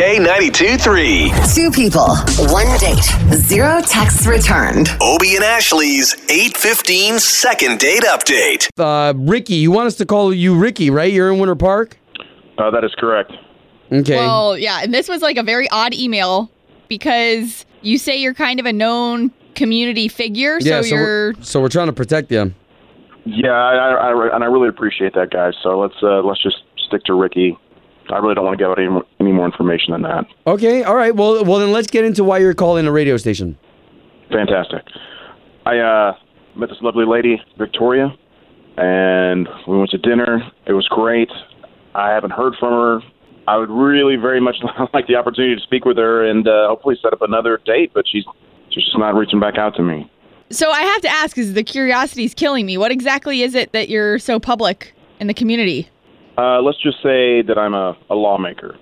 K92 3. Two people, one date, zero texts returned. Obie and Ashley's 815 second date update. Uh, Ricky, you want us to call you Ricky, right? You're in Winter Park? Uh, that is correct. Okay. Well, Oh, yeah, and this was like a very odd email because you say you're kind of a known community figure, yeah, so, so you're we're, so we're trying to protect you. Yeah, I, I, I, and I really appreciate that, guys. So let's uh, let's just stick to Ricky. I really don't want to give out any, more- any more information than that. Okay, all right. Well, well then let's get into why you're calling the radio station. Fantastic. I uh, met this lovely lady, Victoria, and we went to dinner. It was great. I haven't heard from her. I would really very much like the opportunity to speak with her and uh, hopefully set up another date, but she's she's just not reaching back out to me. so I have to ask is the curiosity's killing me. What exactly is it that you're so public in the community? Uh, let's just say that I'm a, a lawmaker.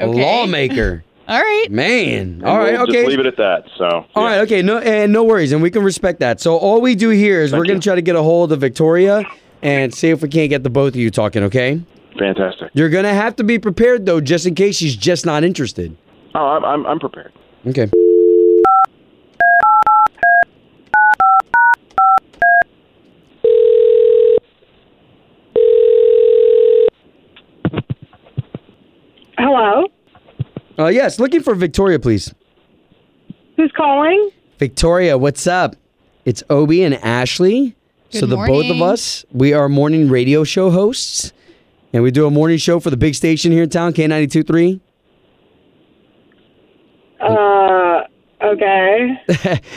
A Okay. Lawmaker. All right. Man. And All right, we'll okay. Just leave it at that. So. All right, okay, no, and no worries, and we can respect that. So all we do here is we're Thank gonna you. try to get a hold of Victoria and see if we can't get the both of you talking. Okay, Fantastic. you're gonna have to be prepared though, just in case she's just not interested. Oh, I'm I'm, I'm prepared. Okay. Hello. Uh, yes, looking for Victoria, please. Who's calling? Victoria, what's up? It's Obi and Ashley. so Good the both of morning. us, we are morning radio show hosts, and we do a morning show for the big station here in town, K 923 Uh, okay.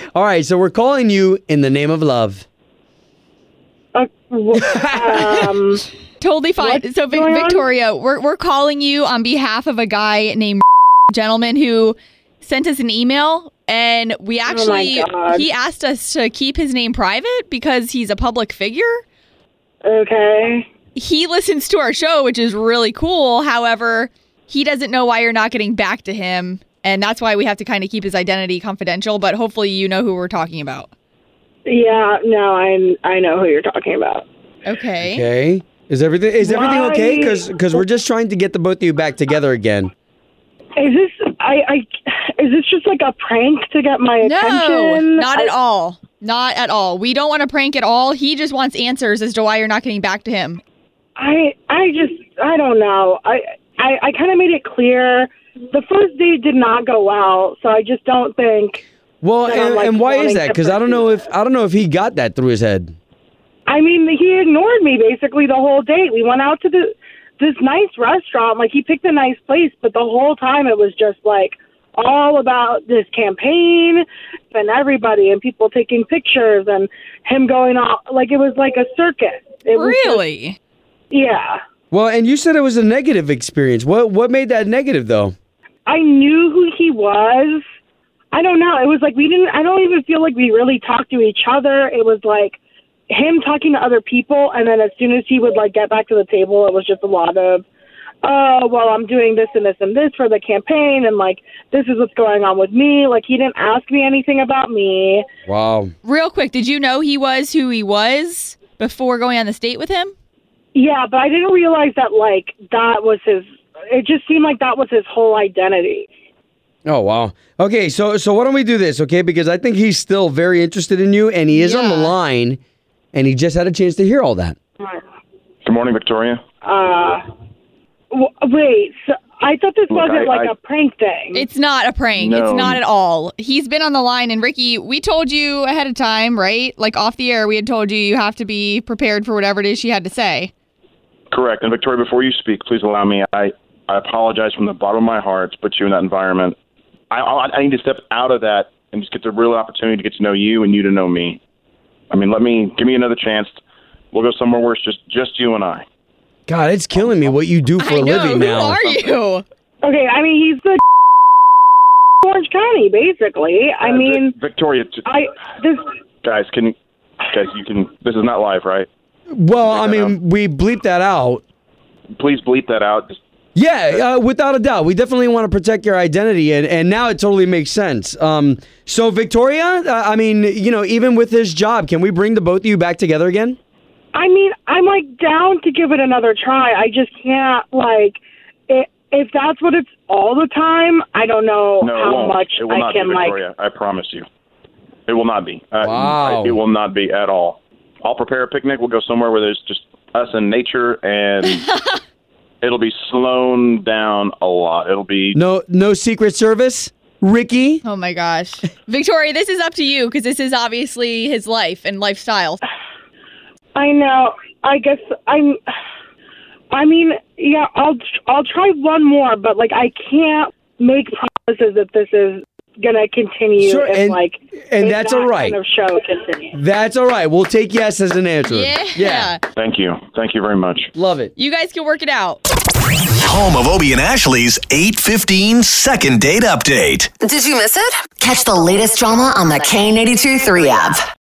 All right, so we're calling you in the name of love. Uh, wh- um, Totally fine. What's so, Vic- going on? Victoria, we're, we're calling you on behalf of a guy named gentleman who sent us an email, and we actually Oh God. he asked us to keep his name private because he's a public figure. okay. He listens to our show, which is really cool. However, he doesn't know why you're not getting back to him, and that's why we have to kind of keep his identity confidential. But hopefully, you know who we're talking about. Yeah, no, I I know who you're talking about. Okay. Okay. Is everything is everything Why? okay? Because we're just trying to get the both of you back together again. Is this I I is this just like a prank to get my No, attention? not at I- all. Not at all. We don't want to prank at all. He just wants answers as to why you're not getting back to him. I I just I don't know. I I, I kind of made it clear the first date did not go well, so I just don't think. Well, Then I'm, and, like, and why is wanting that? to Because I don't know if pursue I don't know if he got that through his head. I mean, he ignored me basically the whole date. We went out to the this nice restaurant. Like he picked a nice place, but the whole time it was just like all about this campaign and everybody and people taking pictures and him going off like it was like a circus. It was just- Really? yeah. Well, and you said it was a negative experience. What what made that negative though? I knew who he was. I don't know. It was like we didn't. I don't even feel like we really talked to each other. It was like him talking to other people, and then as soon as he would like get back to the table, it was just a lot of, oh well, I'm doing this and this and this for the campaign, and like this is what's going on with me. Like he didn't ask me anything about me. Wow. Real quick, did you know he was who he was before going on this date with him? Yeah, but I didn't realize that like that was his. It just seemed like that was his whole identity. Oh wow. Okay, so so why don't we do this, okay? Because I think he's still very interested in you and he is on the Yeah. line and he just had a chance to hear all that. Good morning, Victoria. Uh, w- wait. So I thought this Look, wasn't I- like I- a prank thing. It's not a prank. It's No. not at all. He's been on the line, and Ricky, we told you ahead of time, right? Like off the air, we had told you you have to be prepared for whatever it is she had to say. Correct. And Victoria, before you speak, please allow me. I, I apologize from the bottom of my heart to put you in that environment. I, I, I need to step out of that and just get the real opportunity to get to know you and you to know me. I mean, let me give me another chance. We'll go somewhere where it's just just you and I. God, it's killing me what you do for I a know. living Who now. are you? Okay, I mean he's the Orange County, basically. I Uh, mean, Vic- Victoria, t- I this guys, can guys you can? This is not live, right? Well, I mean, we bleep that out. Please bleep that out. Just Yeah, uh, without a doubt. We definitely want to protect your identity, and, and now it totally makes sense. Um, so, Victoria, uh, I mean, you know, even with this job, can we bring the both of you back together again? I mean, I'm like down to give it another try. I just can't like i if that's what it's all the time. I don't know No, it how won't. much it will I not can be like. Victoria. I promise you, it will not be. Uh, Wow. I- it will not be at all. I'll prepare a picnic. We'll go somewhere where there's just us and nature, and it'll be slowed down a lot. It'll be No, no Secret Service, Ricky. Oh my gosh. Victoria, this is up to you because this is obviously his life and lifestyle. I know. I guess I'm. I mean, yeah, I'll I'll try one more, but like I can't make promises that this is gonna continue. Sure, if, and- like and if that's that all right. Kind of show continues. That's all right. We'll take yes as an answer. Yeah. Thank you. Thank you very much. love it. You guys can work it out. Home of Obie and Ashley's 815 second date update. Did you miss it? Catch the latest drama on the K82 3 app.